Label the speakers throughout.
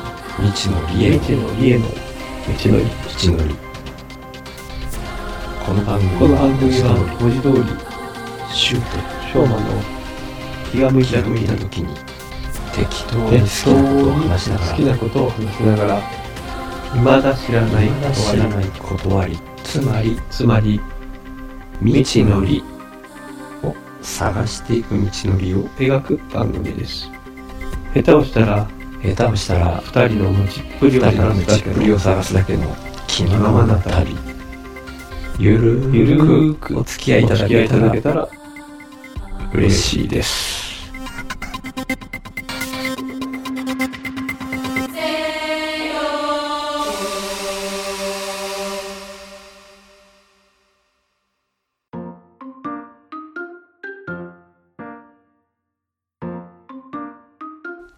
Speaker 1: のりへの
Speaker 2: 道のりへの道のり
Speaker 1: 道のりこの番組
Speaker 2: この番組は
Speaker 1: 下取
Speaker 2: 文字通り
Speaker 1: りシュート
Speaker 2: 昭和の気が向い
Speaker 1: 気が
Speaker 2: た
Speaker 1: 向い
Speaker 2: 時
Speaker 1: た
Speaker 2: に
Speaker 1: 時に適当に
Speaker 2: 適当
Speaker 1: 好きなことを
Speaker 2: に
Speaker 1: 話しながら
Speaker 2: 好きなことを話しながら未だ知らない
Speaker 1: まだ
Speaker 2: ことは
Speaker 1: 知らない断りつまり
Speaker 2: つまり
Speaker 1: 未知のりを探していく道のりを
Speaker 2: 描く番組です下手をしたら
Speaker 1: 下手をしたら
Speaker 2: 二人の持ちっぷりを
Speaker 1: 二
Speaker 2: 探
Speaker 1: 人の
Speaker 2: す
Speaker 1: 道
Speaker 2: だ
Speaker 1: っ
Speaker 2: け
Speaker 1: ぷりを探すだけの気のままな旅ゆる
Speaker 2: ゆる
Speaker 1: ー
Speaker 2: ー
Speaker 1: く
Speaker 2: く
Speaker 1: お付き合いいただけたら
Speaker 2: たら
Speaker 1: 嬉しいです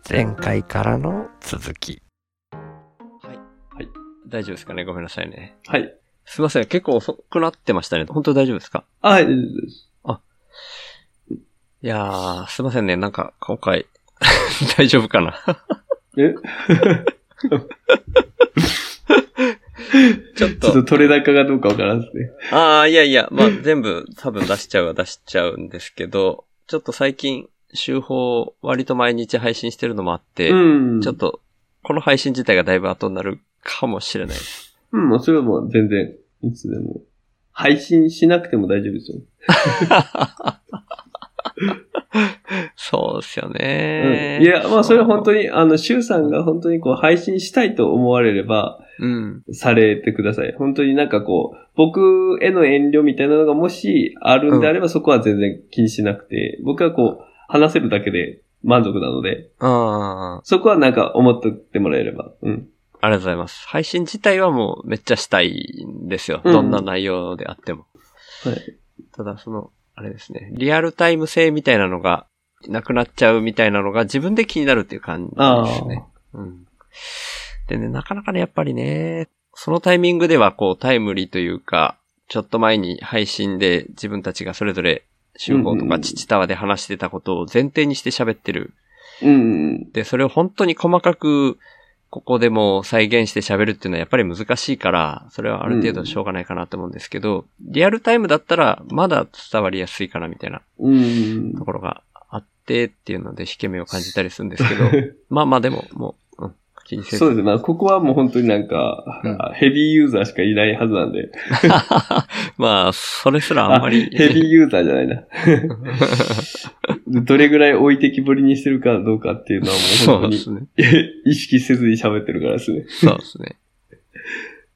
Speaker 1: 前回からの続き
Speaker 3: 大丈夫ですかねごめんなさいね。
Speaker 2: はい
Speaker 3: すいません。結構遅くなってましたね。本当に大丈夫ですか
Speaker 2: あ大丈夫です
Speaker 3: いやー、すいませんね。なんか、今回、 大丈夫かな
Speaker 2: え
Speaker 3: ち
Speaker 2: ちょ
Speaker 3: ょっ
Speaker 2: っ
Speaker 3: と。
Speaker 2: と取れ高がどうかわからんですね
Speaker 3: ああ、いやいや、まあ、全部多分出しちゃうは出しちゃうんですけど、ちょっと最近、週報割と毎日配信してるのもあって、
Speaker 2: うん
Speaker 3: ちょっと、この配信自体がだいぶ後になるかもしれないで
Speaker 2: う
Speaker 3: す。
Speaker 2: んもうそれはもう全然いつでも配信しなくても大丈夫ですよ
Speaker 3: そうですよ
Speaker 2: う
Speaker 3: ね、
Speaker 2: んいや、まあそれは本当に、あの、シュウさんが本当にこう配信したいと思われれば、
Speaker 3: うん。
Speaker 2: されてください。本当になんかこう、僕への遠慮みたいなのがもしあるんであれば、そこは全然気にしなくて、僕はこう、話せるだけで満足なので、
Speaker 3: ああ、
Speaker 2: そこはなんか思ってってもらえれば。うん。
Speaker 3: ありがとうございます。配信自体はもうめっちゃしたいんですよ。
Speaker 2: うん
Speaker 3: どんな内容であっても。
Speaker 2: はい。
Speaker 3: ただその、あれですね、リアルタイム性みたいなのが、なくなっちゃうみたいなのが自分で気になるっていう感じ
Speaker 2: ああ。
Speaker 3: ですね。うん。でね、なかなかね、やっぱりね、そのタイミングではこうタイムリーというか、ちょっと前に配信で自分たちがそれぞれ集合
Speaker 2: う
Speaker 3: と
Speaker 2: んうんう
Speaker 3: か
Speaker 2: ん
Speaker 3: 父タワで話してたことを前提にして喋ってる
Speaker 2: うん。
Speaker 3: で、それを本当に細かく、ここでも再現して喋るっていうのはやっぱり難しいから、それはある程度しょうがないかなと思うんですけど、リアルタイムだったらまだ伝わりやすいかなみたいな
Speaker 2: うん
Speaker 3: と。ころがあってっていうので引け目を感じたりするんですけ ど、まあまあでももう、うん、気にせず。
Speaker 2: そうですね。まあ、ここはもう本当になんか、
Speaker 3: うん
Speaker 2: ヘビーユーザーしかいないはずなんで。
Speaker 3: まあ、それすらあんまり、
Speaker 2: ヘビーユーザーじゃないな。どれぐらい置いてきぼりにしてるかどうかっていうのはもう
Speaker 3: そ
Speaker 2: 本当
Speaker 3: うで
Speaker 2: に
Speaker 3: すね。
Speaker 2: 意識せずに喋ってるからですね。
Speaker 3: そうですね。っ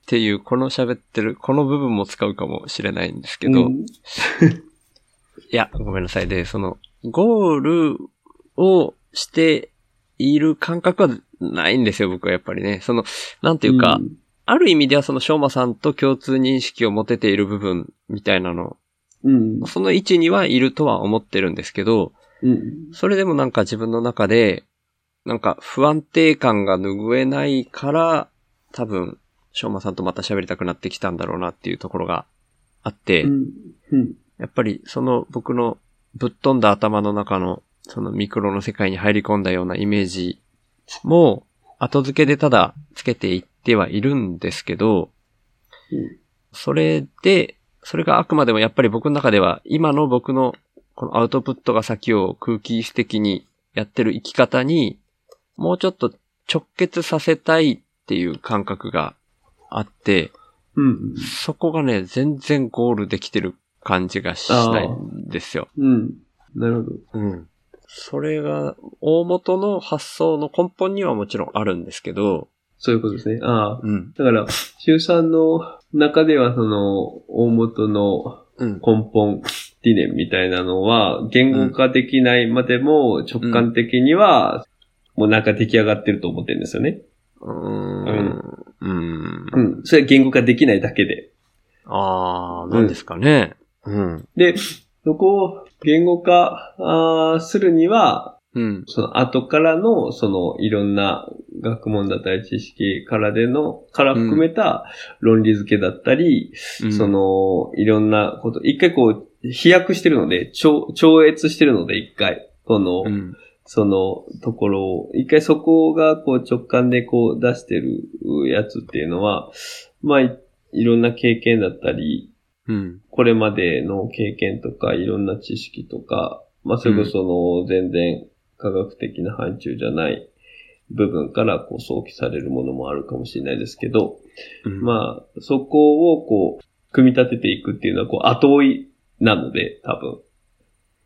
Speaker 3: ていう、この喋ってる、この部分も使うかもしれないんですけど、
Speaker 2: うん
Speaker 3: いや、ごめんなさい。で、その、ゴールをしている感覚はないんですよ、僕はやっぱりね。その、なんていうか、
Speaker 2: ん
Speaker 3: ある意味ではその、翔馬さんと共通認識を持てている部分みたいなの、
Speaker 2: うん。
Speaker 3: その位置にはいるとは思ってるんですけど、
Speaker 2: うん。
Speaker 3: それでもなんか自分の中で、なんか不安定感が拭えないから、多分、翔馬さんとまた喋りたくなってきたんだろうなっていうところがあって、
Speaker 2: うん。うん。
Speaker 3: やっぱりその僕のぶっ飛んだ頭の中のそのミクロの世界に入り込んだようなイメージも後付けでただつけていってはいるんですけど
Speaker 2: うん、
Speaker 3: それで、それがあくまでもやっぱり僕の中では今の僕のこのアウトプットが先を空気質的にやってる生き方にもうちょっと直結させたいっていう感覚があって、
Speaker 2: うん。
Speaker 3: そこがね、全然ゴールできてる感じがしないんですよ。
Speaker 2: うん。なるほど。
Speaker 3: うん。それが、大元の発想の根本にはもちろんあるんですけど、
Speaker 2: そういうことですね。ああ。
Speaker 3: うん。
Speaker 2: だから、周さんの中ではその、大元の
Speaker 3: うん。
Speaker 2: 根本理念みたいなのは、言語化できないまでも直感的には、もうなんか出来上がってると思ってるんですよね。
Speaker 3: うーん。うん。
Speaker 2: うん。それは言語化できないだけで。
Speaker 3: あー、なんですかね。うん。
Speaker 2: で、そこを言語化あーするには、
Speaker 3: うん。
Speaker 2: その後からの、そのいろんな学問だったり知識からでの、から含めた論理付けだったり、
Speaker 3: うん
Speaker 2: そ、のいろんなこと、一回こう飛躍してるので、超超越してるので一回、この、
Speaker 3: うん。
Speaker 2: そのところを、一回そこがこう直感でこう出してるやつっていうのは、まあいいろんな経験だったり、
Speaker 3: うん。
Speaker 2: これまでの経験とか、いろんな知識とか、まあ、それこそ、の、全然科学的な範疇じゃない部分から、こう、想起されるものもあるかもしれないですけど、
Speaker 3: うん、
Speaker 2: まあ、そこを、こう、組み立てていくっていうのは、こう、後追いなので、多分。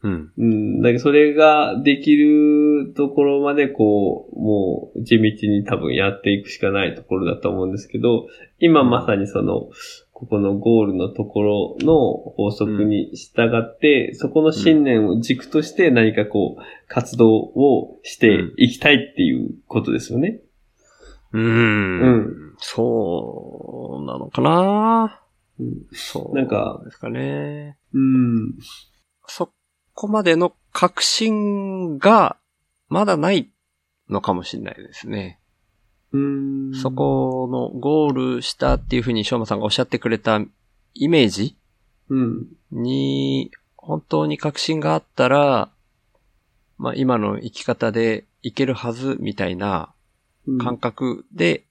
Speaker 3: うん。
Speaker 2: うん、だけど、それができるところまで、こう、もう、地道に多分やっていくしかないところだと思うんですけど、今まさにその、ここのゴールのところの法則に従って、そこの信念を軸として何かこう、活動をしていきたいっていうことですよね。
Speaker 3: うん。
Speaker 2: う
Speaker 3: そうなのかな
Speaker 2: うん。
Speaker 3: そう。
Speaker 2: なんか
Speaker 3: ですかね。
Speaker 2: うん。
Speaker 3: そこまでの確信が、まだないのかもしれないですね。
Speaker 2: うん。
Speaker 3: そこのゴールしたっていうふうに翔馬さんがおっしゃってくれたイメージ
Speaker 2: うん。
Speaker 3: に、本当に確信があったら、まあ今の生き方でいけるはずみたいな
Speaker 2: うん。
Speaker 3: 感覚で、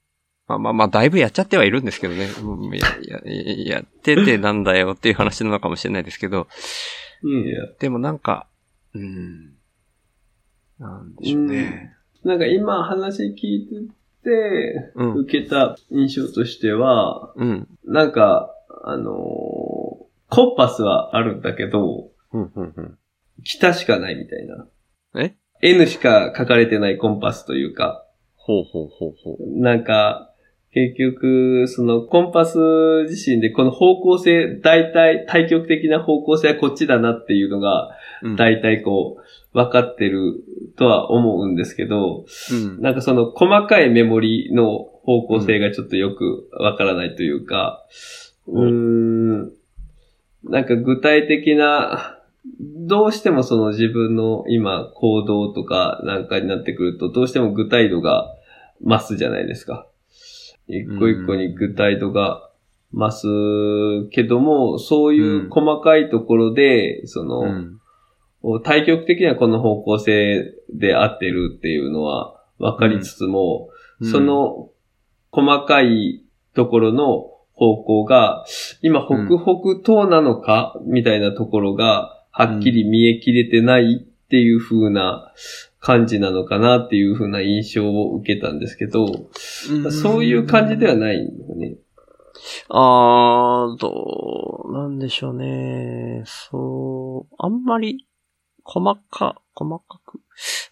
Speaker 3: まあまあまあだいぶやっちゃってはいるんですけどね。うんややややっててなんだよっていう話なのかもしれないですけど、
Speaker 2: いや
Speaker 3: でもなんか、うん、なんでしょうね。
Speaker 2: なんか今話聞いてて、
Speaker 3: うん、
Speaker 2: 受けた印象としては、
Speaker 3: うん、
Speaker 2: なんか、あのーコンパスはあるんだけど、
Speaker 3: うん、うん、うん。
Speaker 2: 北しかないみたいな。
Speaker 3: え
Speaker 2: ?N しか書かれてないコンパスというか、
Speaker 3: ほうほうほうほう。
Speaker 2: なんか、結局、そのコンパス自身でこの方向性、大体、対極的な方向性はこっちだなっていうのが、
Speaker 3: うん
Speaker 2: 大体こう、分かってるとは思うんですけど、
Speaker 3: うん、
Speaker 2: なんかその細かいメモリの方向性がちょっとよくわからないというか、う、
Speaker 3: うん
Speaker 2: ん、なんか具体的な、どうしてもその自分の今行動とかなんかになってくると、どうしても具体度が増すじゃないですか。一個一個に具体度が増すけども、そういう細かいところで、その、
Speaker 3: うん、
Speaker 2: 対極的にはこの方向性で合ってるっていうのは分かりつつも、その細かいところの方向が、今北北東なのか、みたいなところがはっきり見えきれてないっていう風な感じなのかなっていう風な印象を受けたんですけど、
Speaker 3: うん、
Speaker 2: そういう感じではないんだよね。
Speaker 3: あー、どうなんでしょうね。そう、あんまり、細か、細かく、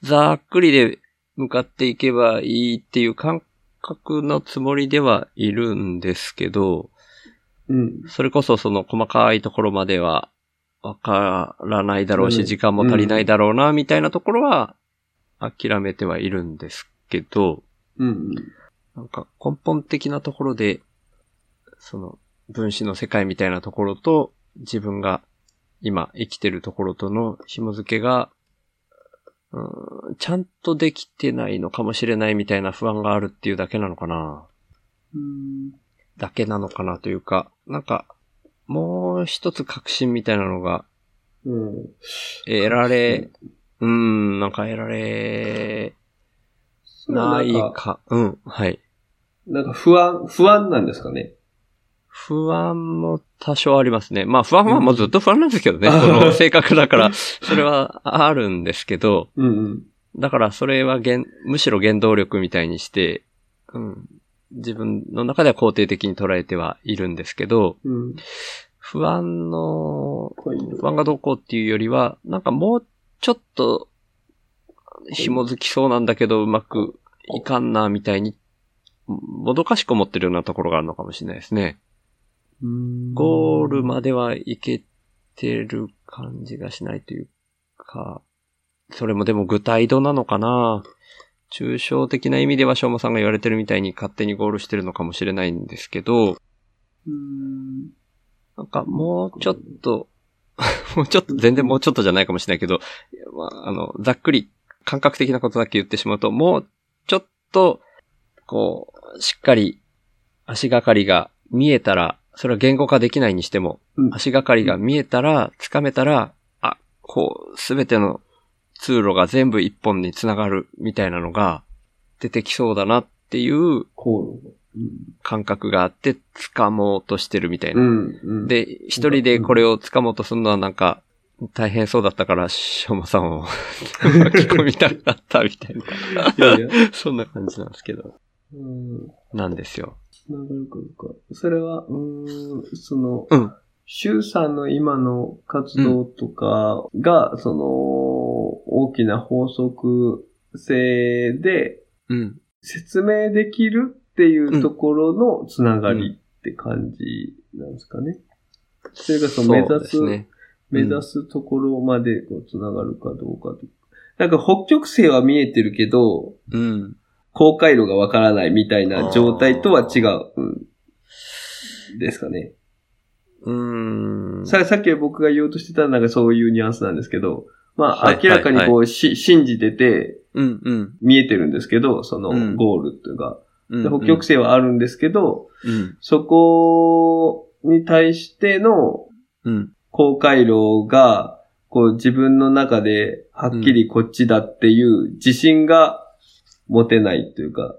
Speaker 3: ざっくりで向かっていけばいいっていう感覚のつもりではいるんですけど、
Speaker 2: うん。
Speaker 3: それこそその細かいところまではわからないだろう
Speaker 2: う
Speaker 3: し、
Speaker 2: ん
Speaker 3: 時間も足りないだろうな、みたいなところは諦めてはいるんですけど、
Speaker 2: うん。
Speaker 3: なんか根本的なところで、その分子の世界みたいなところと自分が今生きてるところとの紐付けが、うーんちゃんとできてないのかもしれないみたいな不安があるっていうだけなのかな。
Speaker 2: うん。
Speaker 3: だけなのかなというか、なんか、もう一つ確信みたいなのが
Speaker 2: うん。
Speaker 3: 得られ、うーん、なんか得られない
Speaker 2: なんか、
Speaker 3: か、うん、はい。
Speaker 2: なんか不安、不安なんですかね。
Speaker 3: 不安も多少ありますね。まあ不安はもうずっと不安なんですけどね。こ の性格だから、それはあるんですけど、
Speaker 2: うんうん。
Speaker 3: だからそれは原むしろ原動力みたいにして、うん、自分の中では肯定的に捉えてはいるんですけど、
Speaker 2: うん。
Speaker 3: 不安の、
Speaker 2: こういう
Speaker 3: 不安がどうこうっていうよりは、なんかもうちょっと紐づきそうなんだけどうまくいかんなみたいに、もどかしく思ってるようなところがあるのかもしれないですね。ゴールまではいけてる感じがしないというか、それもでも具体度なのかな抽象的な意味では、しょうもさんが言われてるみたいに勝手にゴールしてるのかもしれないんですけど、
Speaker 2: うん
Speaker 3: なんかもうちょっと、 もうちょっと、全然もうちょっとじゃないかもしれないけど、いやまあ、あの、ざっくり感覚的なことだけ言ってしまうと、もうちょっと、こう、しっかり足がかりが見えたら、それは言語化できないにしても、
Speaker 2: うん
Speaker 3: 足がかりが見えたら、つかめたら、あ、こう、すべての通路が全部一本に繋がるみたいなのが出てきそうだなっていう
Speaker 2: こう
Speaker 3: 感覚があって掴もうとしてるみたい
Speaker 2: うん。う
Speaker 3: な。
Speaker 2: ん。うん、
Speaker 3: で、一人でこれを掴もうとするのはなんか大変そうだったから、しょうまさん を巻き込みたくなったみたいな。
Speaker 2: いやいや、
Speaker 3: そんな感じなんですけど。
Speaker 2: うん。
Speaker 3: なんですよ。
Speaker 2: ながるかどうか。それは、うーん、その、
Speaker 3: うん
Speaker 2: シュウさんの今の活動とかが、その、大きな法則性で
Speaker 3: うん。
Speaker 2: 説明できるっていうところのつながりって感じなんですかね。それがその目指
Speaker 3: う
Speaker 2: す
Speaker 3: ですね。
Speaker 2: 目指すところまでこうつながるかどうかと。なんか北極星は見えてるけど、
Speaker 3: うん。
Speaker 2: 公開路がわからないみたいな状態とは違うんですかね。
Speaker 3: うーん。
Speaker 2: さ、さっき僕が言おうとしてたなんかそういうニュアンスなんですけど、ま
Speaker 3: は
Speaker 2: あ
Speaker 3: い
Speaker 2: 明らかにこう、し信じてて
Speaker 3: うんうん。
Speaker 2: 見えてるんですけど、その
Speaker 3: うん
Speaker 2: ゴールというか、
Speaker 3: う
Speaker 2: で
Speaker 3: ん。
Speaker 2: 北極星はあるんですけど、
Speaker 3: うん。
Speaker 2: そこに対しての
Speaker 3: うん。
Speaker 2: 公開路が、こう自分の中ではっきりこっちだっていう自信が持てないというか、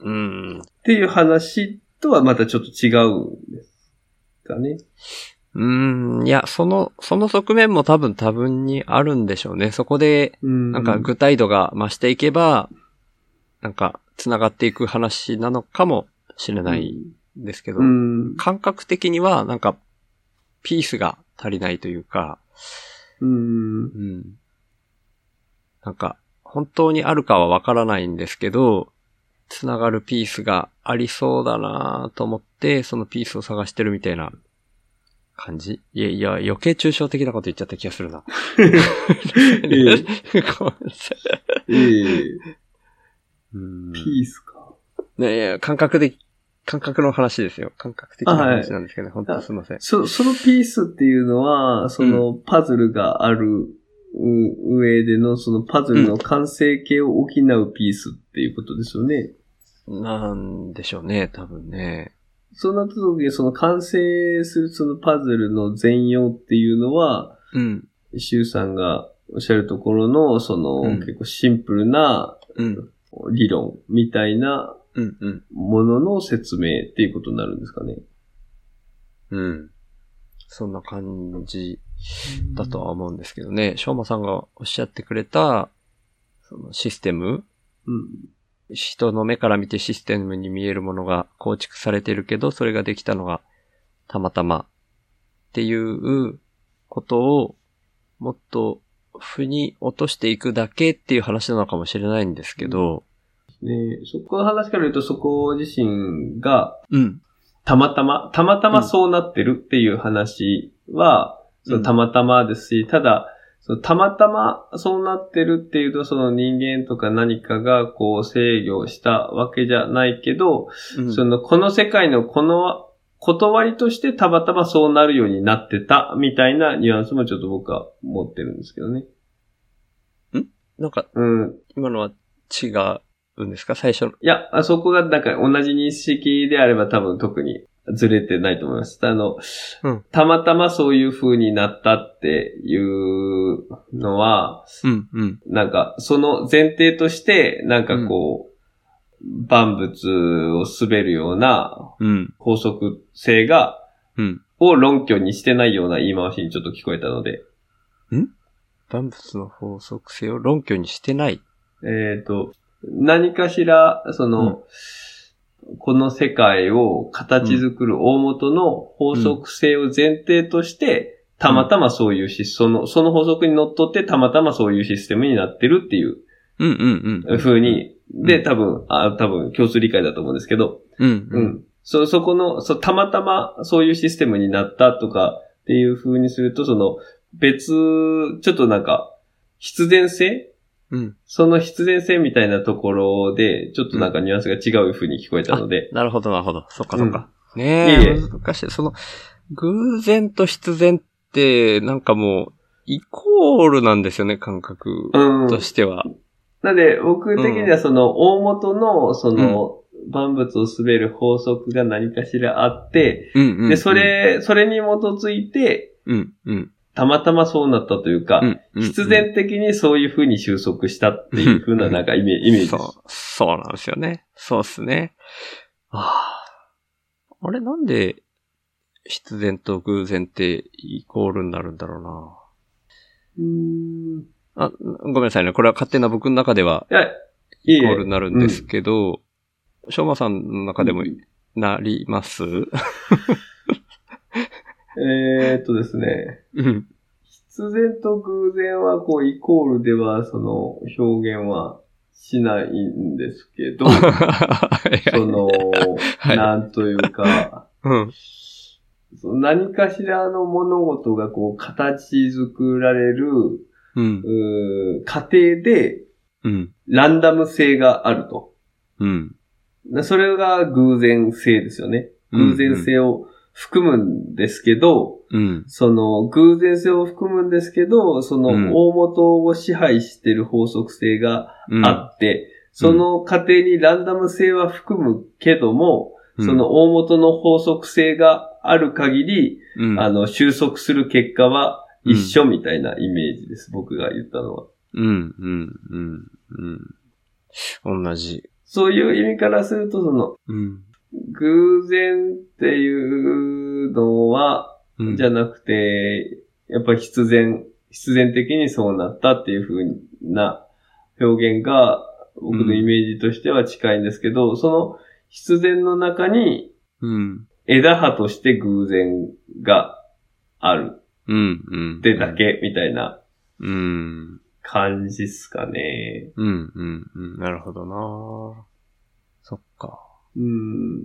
Speaker 3: うん。
Speaker 2: っていう話とはまたちょっと違うんですかね。
Speaker 3: うん。いや、その、その側面も多分多分にあるんでしょうね。そこで、
Speaker 2: うん
Speaker 3: なんか具体度が増していけば、なんか、繋がっていく話なのかもしれないですけど、
Speaker 2: うん。
Speaker 3: 感覚的には、なんか、ピースが足りないというか、
Speaker 2: うん。
Speaker 3: うん。なんか、本当にあるかはわからないんですけど、つながるピースがありそうだなと思って、そのピースを探してるみたいな感じいやいや、余計抽象的なこと言っちゃった気がするな。ごめんなさい
Speaker 2: ええ
Speaker 3: うん
Speaker 2: ピースか。
Speaker 3: ねいや、感覚で、感覚の話ですよ。感覚的な話なんですけどね。本当すいません。
Speaker 2: そ、そのピースっていうのは、そのパズルがあるう上での、そのパズルの完成形を補うピースっていうことですよね。
Speaker 3: なんでしょうね、多分ね。
Speaker 2: そうなった時に、その完成するそのパズルの全容っていうのは、
Speaker 3: うん。
Speaker 2: シュウさんがおっしゃるところの、その、
Speaker 3: うん
Speaker 2: 結構シンプルな
Speaker 3: うん。
Speaker 2: 理論みたいな
Speaker 3: うん。うん。
Speaker 2: ものの説明っていうことになるんですかね。
Speaker 3: うん。そんな感じだとは思うんですけどね。翔馬さんがおっしゃってくれた、そのシステム
Speaker 2: うん。
Speaker 3: 人の目から見てシステムに見えるものが構築されてるけど、それができたのがたまたまっていうことをもっと腑に落としていくだけっていう話なのかもしれないんですけど、
Speaker 2: ねそこの話から言うと、そこ自身が、
Speaker 3: うん。
Speaker 2: たまたま、たまたまそうなってるっていう話は、そ
Speaker 3: うん
Speaker 2: のたまたまですし、ただ、そのたまたまそうなってるっていうと、その人間とか何かがこう制御したわけじゃないけど、
Speaker 3: うん
Speaker 2: そのこの世界のこの断りとしてたまたまそうなるようになってたみたいなニュアンスもちょっと僕は持ってるんですけどね。
Speaker 3: なんか
Speaker 2: うん。
Speaker 3: 今のは違うんですか最初の。
Speaker 2: いや、あそこがなんか同じ認識であれば多分特にずれてないと思います。あの、
Speaker 3: うん
Speaker 2: たまたまそういう風になったっていうのは、
Speaker 3: うん、うん。
Speaker 2: なんかその前提として、なんかこう、万物を滑るような
Speaker 3: うん、
Speaker 2: 法則性が、
Speaker 3: うん。
Speaker 2: を論拠にしてないような言い回しにちょっと聞こえたので、
Speaker 3: 万物の法則性を論拠にしてない。
Speaker 2: えっ、と、何かしら、その、この世界を形作る大元の法則性を前提として、たまたまそういうし、その、その法則にのっとってたまたまそういうシステムになってるっていう
Speaker 3: うん、うん、うん。
Speaker 2: 風に、
Speaker 3: ん
Speaker 2: で、多分、あ、多分共通理解だと思うんですけど、
Speaker 3: うん、
Speaker 2: う。ん。そ、そこの、そ、たまたまそういうシステムになったとかっていう風にすると、その、別、ちょっとなんか、必然性
Speaker 3: うん。
Speaker 2: その必然性みたいなところで、ちょっとなんかニュアンスが違う風に聞こえたので、
Speaker 3: なるほど、なるほど。そっか、
Speaker 2: う
Speaker 3: そ
Speaker 2: ん
Speaker 3: っか。ねえ
Speaker 2: いえいえ
Speaker 3: 難しい。その、偶然と必然って、なんかもう、イコールなんですよね、感覚
Speaker 2: うん。
Speaker 3: としては。
Speaker 2: なんで、僕的にはその、大元の、その、万物を滑る法則が何かしらあって、
Speaker 3: うん、うん。
Speaker 2: で、そ、れ、それに基づいて、
Speaker 3: うん、うん。
Speaker 2: たまたまそうなったというか、
Speaker 3: うんうん
Speaker 2: 必然的にそういう風に収束したっていう風な、なんかイメイメージです。
Speaker 3: そう、そうなんですよね。そうっすね。ああ。あれなんで、必然と偶然ってイコールになるんだろ
Speaker 2: うーん。いう
Speaker 3: な。あ、ごめんなさいね。これは勝手な僕の中では
Speaker 2: や、いえい
Speaker 3: イコー
Speaker 2: え
Speaker 3: ルになるんですけど、しょうまさんの中でもなります
Speaker 2: えーっとですね。
Speaker 3: うん。
Speaker 2: 必然と偶然は、こう、イコールでは、その、表現はしないんですけ ど、その、
Speaker 3: はい
Speaker 2: なんというか、
Speaker 3: うん。
Speaker 2: その何かしらの物事がこう、形作られる、
Speaker 3: うん。
Speaker 2: うー過程で、
Speaker 3: うん。
Speaker 2: ランダム性があると。
Speaker 3: うん。
Speaker 2: なそれが偶然性ですよね。偶然性を含むんですけど、
Speaker 3: うん。
Speaker 2: その偶然性を含むんですけど、その
Speaker 3: うん
Speaker 2: 大元を支配してる法則性が
Speaker 3: うん。
Speaker 2: あって、その過程にランダム性は含むけども、
Speaker 3: うん
Speaker 2: そ、の大元の法則性がある限り、
Speaker 3: うん、
Speaker 2: あの、収束する結果は一緒みたいなイメージです。僕が言ったのは。
Speaker 3: うん、うん、うん、うん。同じ。
Speaker 2: そういう意味からすると、その、
Speaker 3: うん。
Speaker 2: 偶然っていうのは、
Speaker 3: うん
Speaker 2: じゃなくて、やっぱり必然、必然的にそうなったっていう風な表現が、僕のイメージとしては近いんですけど、その必然の中に
Speaker 3: うん。
Speaker 2: 枝葉として偶然がある
Speaker 3: うん、うん。
Speaker 2: ってだ。けみたいな
Speaker 3: うん。
Speaker 2: 感じっすかね。
Speaker 3: うん、うん、うん。なるほどなそっか。
Speaker 2: うん。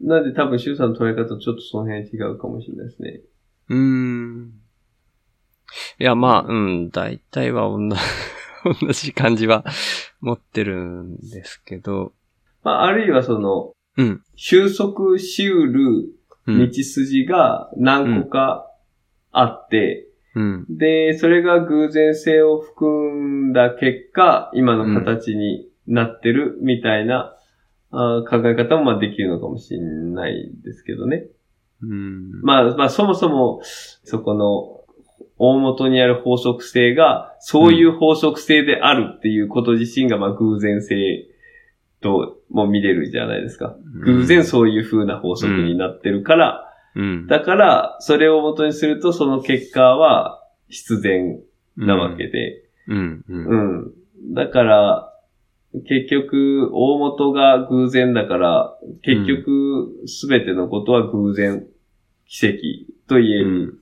Speaker 2: なんで多分、シュウさんの捉え方とちょっとその辺違うかもしれないですね。
Speaker 3: うーん。いや、まあ、うん、大体は同じ、 同じ感じは持ってるんですけど、
Speaker 2: まあ、あるいはその、
Speaker 3: うん。
Speaker 2: 収束しうる
Speaker 3: うん。
Speaker 2: 道筋が何個かあって、
Speaker 3: うん。
Speaker 2: で、それが偶然性を含んだ結果、今の形になってるみたいな、あー考え方もまあできるのかもしれないですけどね。
Speaker 3: うん。
Speaker 2: まあ、まあ、そもそも、そこの、大元にある法則性が、そういう法則性であるっていうこと自身が、まあ、偶然性とも見れるじゃないですか。偶然そういう風な法則になってるから、
Speaker 3: うん。
Speaker 2: だから、それを元にすると、その結果は必然なわけで。
Speaker 3: うん。うん。
Speaker 2: う
Speaker 3: うん。
Speaker 2: ん。だから、結局、大元が偶然だから、結局、すべてのことは偶然、奇跡と言える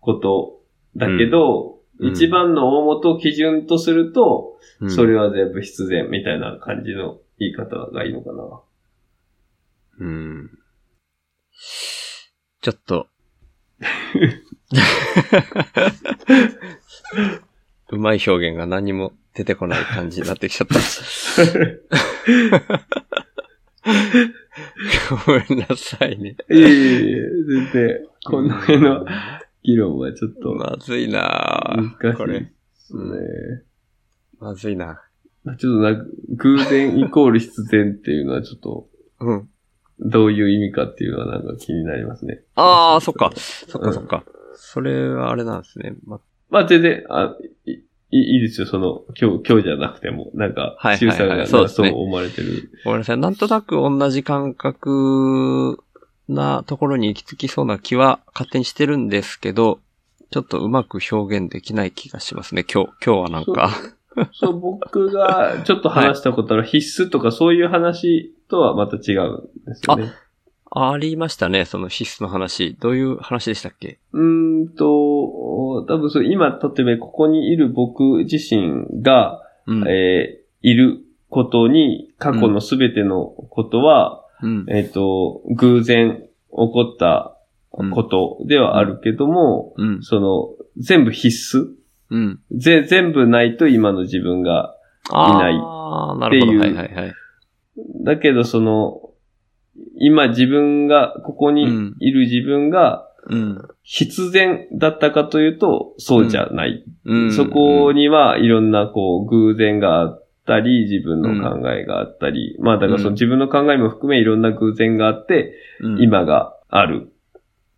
Speaker 2: ことだけど、
Speaker 3: うんうん
Speaker 2: 一番の大元を基準とすると、
Speaker 3: うん
Speaker 2: それは全部必然みたいな感じの言い方がいいのかな。
Speaker 3: うん。ちょっと。 うまい表現が何も出てこない感じになってきちゃった。ごめんなさいね。
Speaker 2: いえいえいえ、全然、この辺の議論はちょっと、
Speaker 3: まずいなぁ
Speaker 2: 難し
Speaker 3: こ
Speaker 2: いで
Speaker 3: れ。
Speaker 2: すね。
Speaker 3: まずいな
Speaker 2: まあちょっとなんか、偶然イコール必然っていうのはちょっと、
Speaker 3: うん。
Speaker 2: どういう意味かっていうのはなんか気になりますね。
Speaker 3: ああ、そっか。そっかそっか。それはあれなんですね。ま、
Speaker 2: まあ全然、あいいいいですよ、その、今日、今日じゃなくても、なんか
Speaker 3: はいはいは、い
Speaker 2: シュウさんがなん
Speaker 3: そう
Speaker 2: か
Speaker 3: です
Speaker 2: そう
Speaker 3: ね
Speaker 2: 思われてる。
Speaker 3: ごめんなさい。なんとなく同じ感覚なところに行き着きそうな気は勝手にしてるんですけど、ちょっとうまく表現できない気がしますね。今日、今日はなんか。
Speaker 2: そう、僕がちょっと話したことは必須とかそういう話とはまた違うんですよね。
Speaker 3: ありましたね。その必須の話。どういう話でしたっけ
Speaker 2: うーんと、多分そう、今、例えばここにいる僕自身が、
Speaker 3: うん。
Speaker 2: えーいることに、過去のすべてのことは、
Speaker 3: うん。
Speaker 2: えっ、と、偶然起こったことではあるけども、
Speaker 3: うん。
Speaker 2: その、全部必須
Speaker 3: うん。
Speaker 2: ぜ全部ないと今の自分が。
Speaker 3: あ
Speaker 2: いない
Speaker 3: あー、なるほど。
Speaker 2: って
Speaker 3: はいいうはいはい。
Speaker 2: だけど、その、今自分が、ここに
Speaker 3: うん
Speaker 2: いる自分が、
Speaker 3: うん
Speaker 2: 必然だったかというと、そうじゃない。
Speaker 3: うん。
Speaker 2: そこにはいろんなこう偶然があったり、自分の考えがあったり、まあだからその
Speaker 3: うん
Speaker 2: 自分の考えも含めいろんな偶然があって、
Speaker 3: うん、
Speaker 2: 今がある。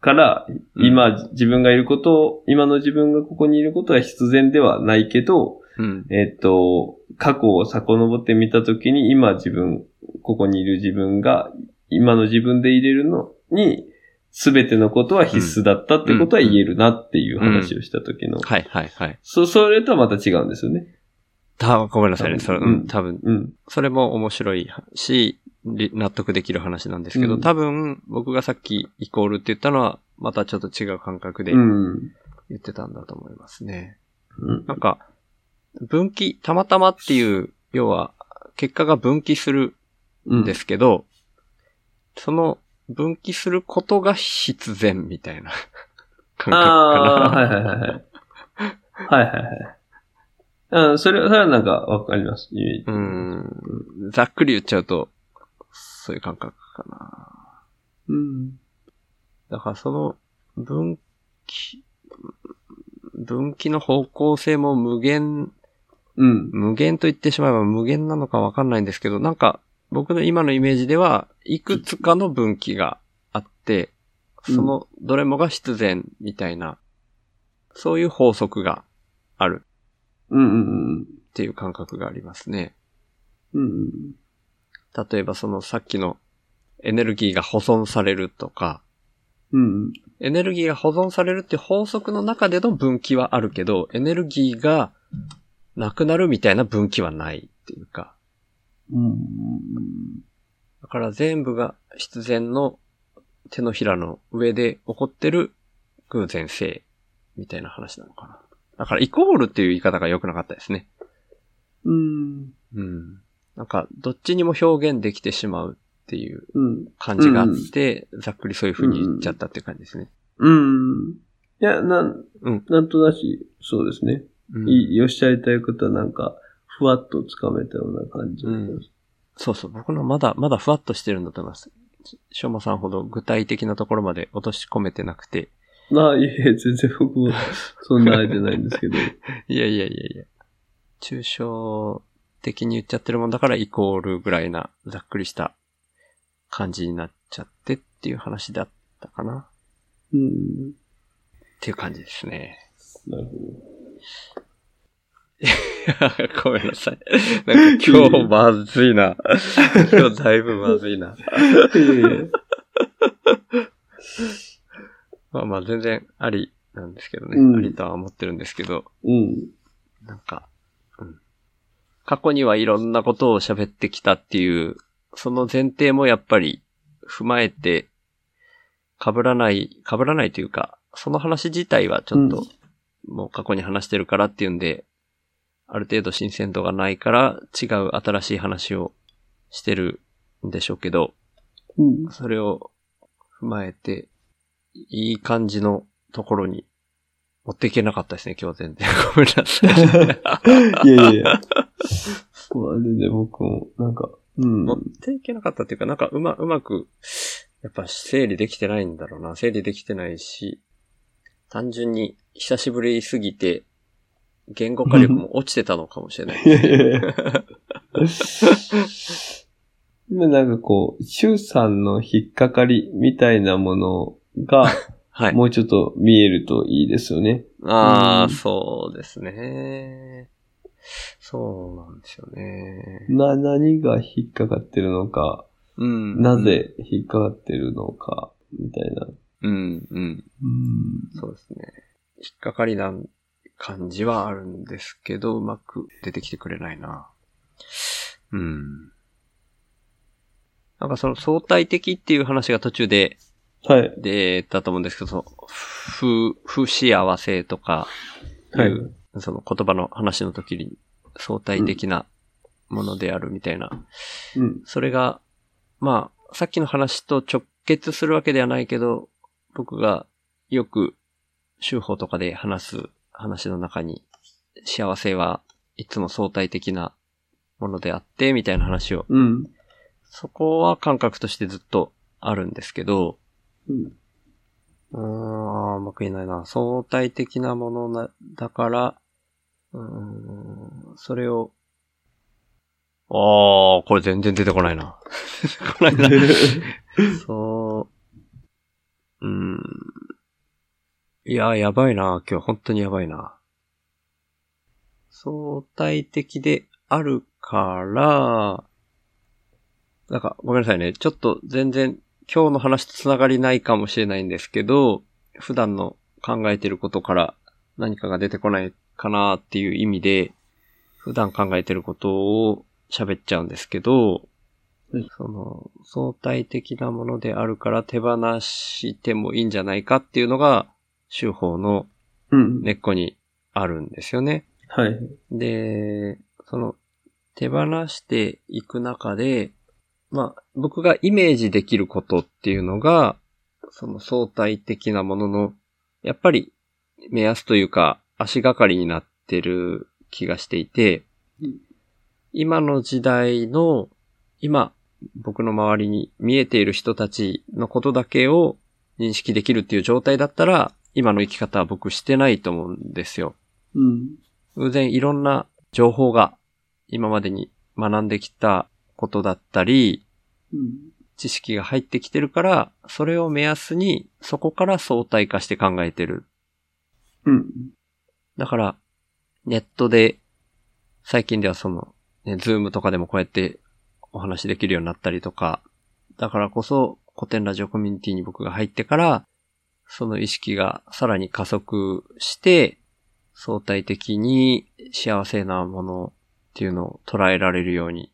Speaker 2: から、
Speaker 3: うん
Speaker 2: 今自分がいることを、今の自分がここにいることは必然ではないけど、
Speaker 3: うん。
Speaker 2: えっと、過去を遡ってみたときに、今自分、ここにいる自分が、今の自分で入れるのに、すべてのことは必須だったってことは言えるなっていう話をした時の。
Speaker 3: はいはいはい。
Speaker 2: そ、それとはまた違うんですよね。
Speaker 3: たごめんなさいね。それ、う
Speaker 2: うん
Speaker 3: ん、多分、
Speaker 2: うん。
Speaker 3: それも面白いし、り納得できる話なんですけど、
Speaker 2: うん
Speaker 3: 多分、僕がさっきイコールって言ったのは、またちょっと違う感覚で
Speaker 2: うん。
Speaker 3: 言ってたんだと思いますね。
Speaker 2: うん
Speaker 3: なんか、分岐、たまたまっていう、要は、結果が分岐する
Speaker 2: うん
Speaker 3: んですけど、その分岐することが必然みたいな 感覚かな。
Speaker 2: ああー、はいはいはいはい。はいはいはい。うん、それは、それはなんかわかります。イメージ
Speaker 3: うん。ざっくり言っちゃうと、そういう感覚かな。
Speaker 2: うん。
Speaker 3: だからその分岐、分岐の方向性も無限、
Speaker 2: うん。
Speaker 3: 無限と言ってしまえば無限なのかわかんないんですけど、なんか僕の今のイメージでは、いくつかの分岐があって、
Speaker 2: うん
Speaker 3: そのどれもが必然みたいな、そういう法則がある
Speaker 2: うんうん
Speaker 3: っていう感覚がありますね。
Speaker 2: うん。うん
Speaker 3: 例えばそのさっきのエネルギーが保存されるとか、
Speaker 2: うん。うん。
Speaker 3: エネルギーが保存されるって法則の中での分岐はあるけど、エネルギーがなくなるみたいな分岐はないっていうか。
Speaker 2: うん。
Speaker 3: だから全部が必然の手のひらの上で起こってる偶然性みたいな話なのかな。だからイコールっていう言い方が良くなかったですね。
Speaker 2: うん。
Speaker 3: うん。なんかどっちにも表現できてしまうっていう
Speaker 2: うん。
Speaker 3: 感じがあって、ざっくりそういう風に言っちゃったっていう感じですね。
Speaker 2: うん。いや、なん、
Speaker 3: うん
Speaker 2: なんとなし、そうですね。
Speaker 3: うん
Speaker 2: いいおっしゃりたいことはなんか、ふわっとつかめたような感じがします。
Speaker 3: そうそう、僕のまだ、まだふわっとしてるんだと思います。ししょうまさんほど具体的なところまで落とし込めてなくて。
Speaker 2: まあ、いえいえ、全然僕もそんなあれじゃないんですけど。
Speaker 3: いやいやいやいや。抽象的に言っちゃってるもんだからイコールぐらいな、ざっくりした感じになっちゃってっていう話だったかな。
Speaker 2: うん。
Speaker 3: っていう感じですね。
Speaker 2: なるほど。
Speaker 3: ごめんなさい。なんか今日まずいな。今日だいぶまずいな。
Speaker 2: いえいえ
Speaker 3: まあまあ全然ありなんですけどね。
Speaker 2: うん
Speaker 3: ありとは思ってるんですけど。
Speaker 2: うん。
Speaker 3: なんか、うん。過去にはいろんなことを喋ってきたっていう、その前提もやっぱり踏まえて、被らない、被らないというか、その話自体はちょっと、もう過去に話してるからっていうんで、ある程度新鮮度がないから違う新しい話をしてるんでしょうけど、
Speaker 2: うん。
Speaker 3: それを踏まえて、いい感じのところに持っていけなかったですね、今日全然。 ごめんなさい。
Speaker 2: いやいやいや。まあ、全然僕も、なんか、うん。
Speaker 3: 持っていけなかったっていうか、なんかうま、うまく、やっぱ整理できてないんだろうな。整理できてないし、単純に久しぶりすぎて、言語化力も落ちてたのかもしれない。
Speaker 2: いやいやいや。今なんかこう、シュウさんの引っかかりみたいなものが、
Speaker 3: はい。
Speaker 2: もうちょっと見えるといいですよね。
Speaker 3: ああ、
Speaker 2: うん
Speaker 3: そうですね。そうなんですよね。
Speaker 2: な、何が引っかかってるのか、
Speaker 3: うん。
Speaker 2: なぜ引っかかってるのか、みたいな。
Speaker 3: うん、うん。
Speaker 2: うん。
Speaker 3: そうですね。引っかかりな感じはあるんですけど、うまく出てきてくれないな。うん。なんかその相対的っていう話が途中で
Speaker 2: はい。
Speaker 3: 出たと思うんですけど、その、不、不幸せとか、
Speaker 2: はい。
Speaker 3: その言葉の話の時に相対的なものであるみたいな
Speaker 2: うん。
Speaker 3: それが、まあ、さっきの話と直結するわけではないけど、僕がよく、修法とかで話す話の中に、幸せはいつも相対的なものであって、みたいな話を、
Speaker 2: うん。
Speaker 3: そこは感覚としてずっとあるんですけど、
Speaker 2: うん。
Speaker 3: うーん、あーうまく言えないな。相対的なものな、だから、うーん、それを、ああ、これ全然出てこない な。出てこないな。そう、うーん、いやー、やばいな。今日本当にやばいな。相対的であるから、なんか、ごめんなさいね。ちょっと全然今日の話とつながりないかもしれないんですけど、普段の考えてることから何かが出てこないかなっていう意味で、普段考えてることを喋っちゃうんですけど、
Speaker 2: うん
Speaker 3: その、相対的なものであるから手放してもいいんじゃないかっていうのが、手法の
Speaker 2: うん。
Speaker 3: 根っこにあるんですよね。
Speaker 2: はい。
Speaker 3: で、その、手放していく中で、まあ、僕がイメージできることっていうのが、その相対的なものの、やっぱり目安というか足がかりになってる気がしていて
Speaker 2: うん、
Speaker 3: 今の時代の、今、僕の周りに見えている人たちのことだけを認識できるっていう状態だったら、今の生き方は僕してないと思うんですよ。
Speaker 2: うん。
Speaker 3: 偶然いろんな情報が今までに学んできたことだったり、
Speaker 2: うん。
Speaker 3: 知識が入ってきてるから、それを目安にそこから相対化して考えてる。
Speaker 2: うん。
Speaker 3: だから、ネットで、最近ではその、ね、ズームとかでもこうやってお話できるようになったりとか、だからこそ古典ラジオコミュニティに僕が入ってから、その意識がさらに加速して、相対的に幸せなものっていうのを捉えられるように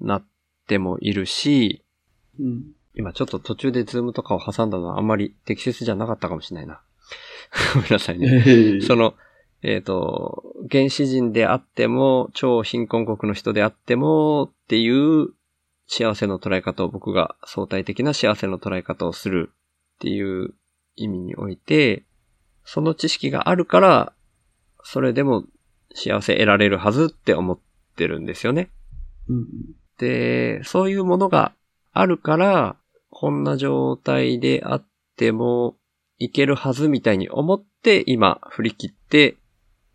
Speaker 3: なってもいるし、
Speaker 2: うん。
Speaker 3: 今ちょっと途中でズームとかを挟んだのはあんまり適切じゃなかったかもしれない な。ごめんなさいね。その、えっ、と、原始人であっても、超貧困国の人であっても、っていう幸せの捉え方を僕が相対的な幸せの捉え方をするっていう意味において、その知識があるから、それでも幸せ得られるはずって思ってるんですよね。
Speaker 2: うん。
Speaker 3: で、そういうものがあるから、こんな状態であってもいけるはずみたいに思って、今振り切って、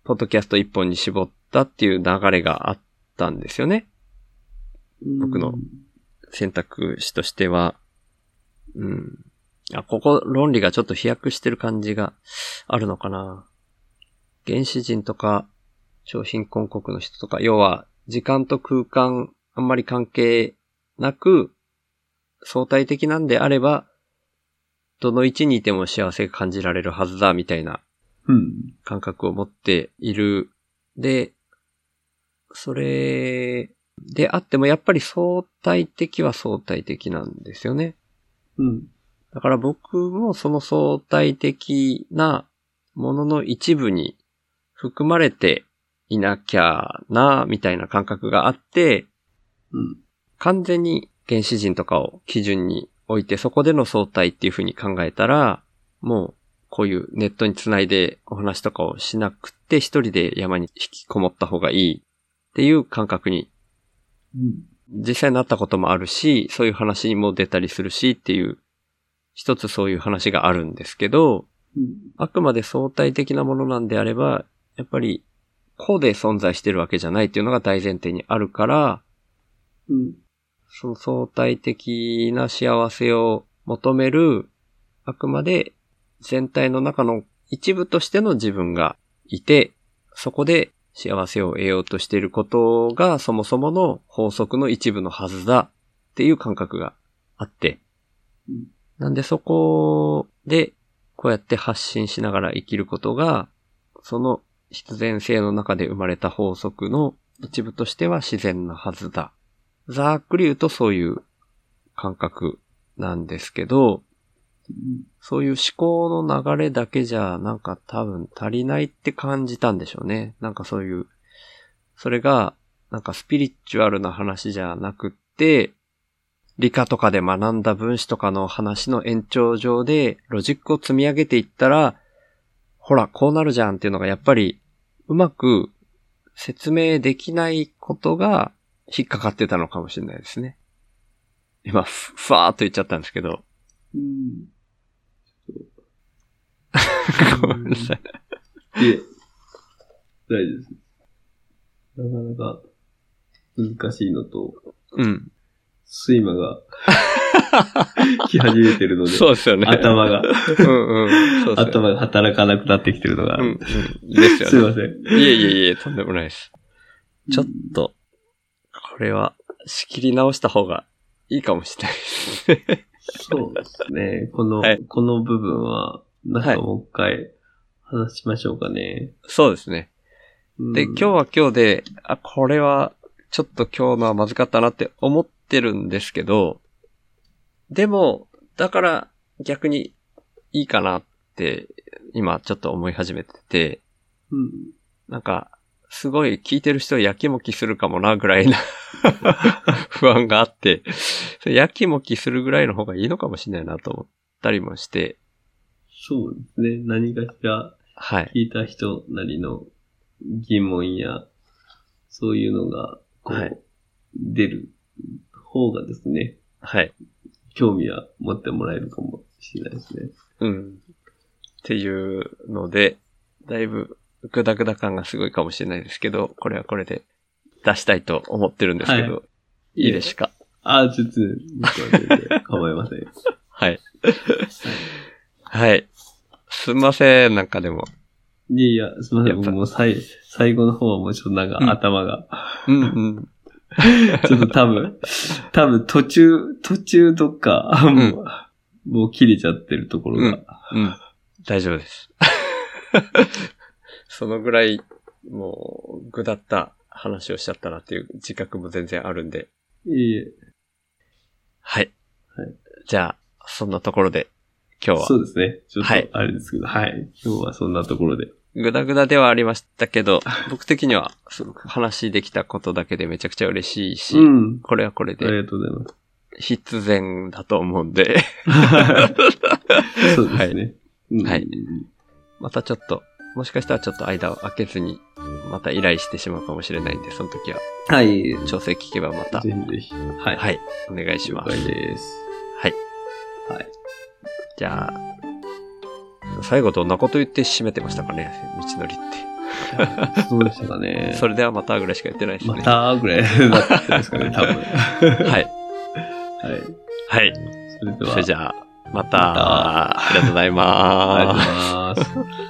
Speaker 3: ポッドキャスト一本に絞ったっていう流れがあったんですよね。僕の選択肢としては。うん。あ、ここ論理がちょっと飛躍してる感じがあるのかな。原始人とか、超貧困国の人とか、要は時間と空間あんまり関係なく、相対的なんであれば、どの位置にいても幸せが感じられるはずだ、みたいな
Speaker 2: うん。
Speaker 3: 感覚を持っている。で、それであってもやっぱり相対的は相対的なんですよね。
Speaker 2: うん。
Speaker 3: だから僕もその相対的なものの一部に含まれていなきゃな、みたいな感覚があって、
Speaker 2: うん。
Speaker 3: 完全に原始人とかを基準に置いて、そこでの相対っていう風に考えたら、もう、こういうネットにつないでお話とかをしなくて、一人で山に引きこもった方がいいっていう感覚に
Speaker 2: うん。
Speaker 3: 実際になったこともあるし、そういう話にも出たりするしっていう、一つそういう話があるんですけど、あくまで相対的なものなんであれば、やっぱり、個で存在してるわけじゃないっていうのが大前提にあるから、
Speaker 2: うん。
Speaker 3: その相対的な幸せを求める、あくまで全体の中の一部としての自分がいて、そこで幸せを得ようとしていることがそもそもの法則の一部のはずだっていう感覚があって
Speaker 2: うん。
Speaker 3: なんでそこでこうやって発信しながら生きることが、その必然性の中で生まれた法則の一部としては自然なはずだざっくり言うとそういう感覚なんですけど、そういう思考の流れだけじゃなんか多分足りないって感じたんでしょうね。なんかそういう、それがなんかスピリチュアルな話じゃなくって、理科とかで学んだ分子とかの話の延長上でロジックを積み上げていったら、ほら、こうなるじゃんっていうのがやっぱりうまく説明できないことが引っかかってたのかもしれないですね。今、ふ、ふわーっと言っちゃったんですけど。
Speaker 2: うん。
Speaker 3: ごめんなさい。
Speaker 2: いえ、大丈夫です。なかなか難しいのと、
Speaker 3: うん。
Speaker 2: 睡魔が来始めてるので、
Speaker 3: そうですよね。
Speaker 2: 頭が、
Speaker 3: うんうん。そうです
Speaker 2: 頭
Speaker 3: よね。
Speaker 2: が働かなくなってきてるのがあ
Speaker 3: うんう
Speaker 2: る。
Speaker 3: ん。です
Speaker 2: すい
Speaker 3: よね。
Speaker 2: ません。
Speaker 3: いえいえいえ、とんでもないです。ちょっと、これは、仕切り直した方がいいかもしれないですね。
Speaker 2: そうですね。 この、
Speaker 3: はい
Speaker 2: この部分は、なんかもう一回話しましょうかね。
Speaker 3: そうですね。で、
Speaker 2: うん
Speaker 3: 今日は今日で、あ、これは、ちょっと今日のはまずかったなって思ってるんですけど、でも、だから逆にいいかなって、今ちょっと思い始めてて、
Speaker 2: うん
Speaker 3: なんか、すごい聞いてる人やきもきするかもなぐらいな 不安があって、それやきもきするぐらいの方がいいのかもしれないなと思ったりもして、
Speaker 2: そうですね。何かしら
Speaker 3: はい。
Speaker 2: 聞いた人なりの疑問や、そういうのが、こう、
Speaker 3: はい
Speaker 2: 出る方がですね、
Speaker 3: はい。
Speaker 2: 興味は持ってもらえるかもしれないですね。
Speaker 3: うん。っていうので、だいぶグダグダ感がすごいかもしれないですけど、これはこれで出したいと思ってるんですけど、、
Speaker 2: はい
Speaker 3: いで
Speaker 2: ょ
Speaker 3: しょうか。
Speaker 2: ああ、全然、僕は全然構いませ ん。
Speaker 3: はい。はい。すんません、なんかでも。
Speaker 2: いやいや、すみません。
Speaker 3: やっぱ
Speaker 2: 僕もう最、最後の方はもうちょっとなん
Speaker 3: うん
Speaker 2: か頭が、
Speaker 3: うんうん。
Speaker 2: ちょっと多 分、多分途中、途中どっか、もう、もう切れちゃってるところが、
Speaker 3: うんうん。大丈夫です。 そのぐらい、もう、ぐだった話をしちゃったなっていう自覚も全然あるんで。
Speaker 2: いえいえ
Speaker 3: はい。
Speaker 2: はい
Speaker 3: じゃあ、そんなところで、今日は
Speaker 2: そ。うですね。ちょっ
Speaker 3: はい
Speaker 2: とあれですけど、はい、今日はそんなところで。
Speaker 3: ぐだぐだではありましたけ ど、僕的にはすごく話できたことだけでめちゃくちゃ嬉しいし、
Speaker 2: うん。
Speaker 3: これはこれ
Speaker 2: あり
Speaker 3: で
Speaker 2: がとうござい ます。
Speaker 3: 必然だと思うんで、
Speaker 2: そうですね。うん
Speaker 3: はいまたちょっと、もしかしたらちょっと間を空けずに、また依頼してしまうかもしれないんで、その時は
Speaker 2: はい。ぜ
Speaker 3: 調整聞けばまた、
Speaker 2: ひぜひ。はい。
Speaker 3: はい、お願いし
Speaker 2: 了
Speaker 3: ます。
Speaker 2: 解です。
Speaker 3: はい。
Speaker 2: はい。
Speaker 3: じゃあ、最後どんなこと言って締めてましたかね、道のりっ
Speaker 2: そうでしたかね
Speaker 3: て。。それではまたぐらいしか言ってないですね。
Speaker 2: またぐらいだったんですかね、多分。は
Speaker 3: はい。
Speaker 2: い。
Speaker 3: はい。
Speaker 2: それでは。
Speaker 3: それじゃあ、ま
Speaker 2: ま
Speaker 3: た、
Speaker 2: た
Speaker 3: ありがとうござい
Speaker 2: ありがとう
Speaker 3: ま
Speaker 2: ご
Speaker 3: す
Speaker 2: ざい。ます。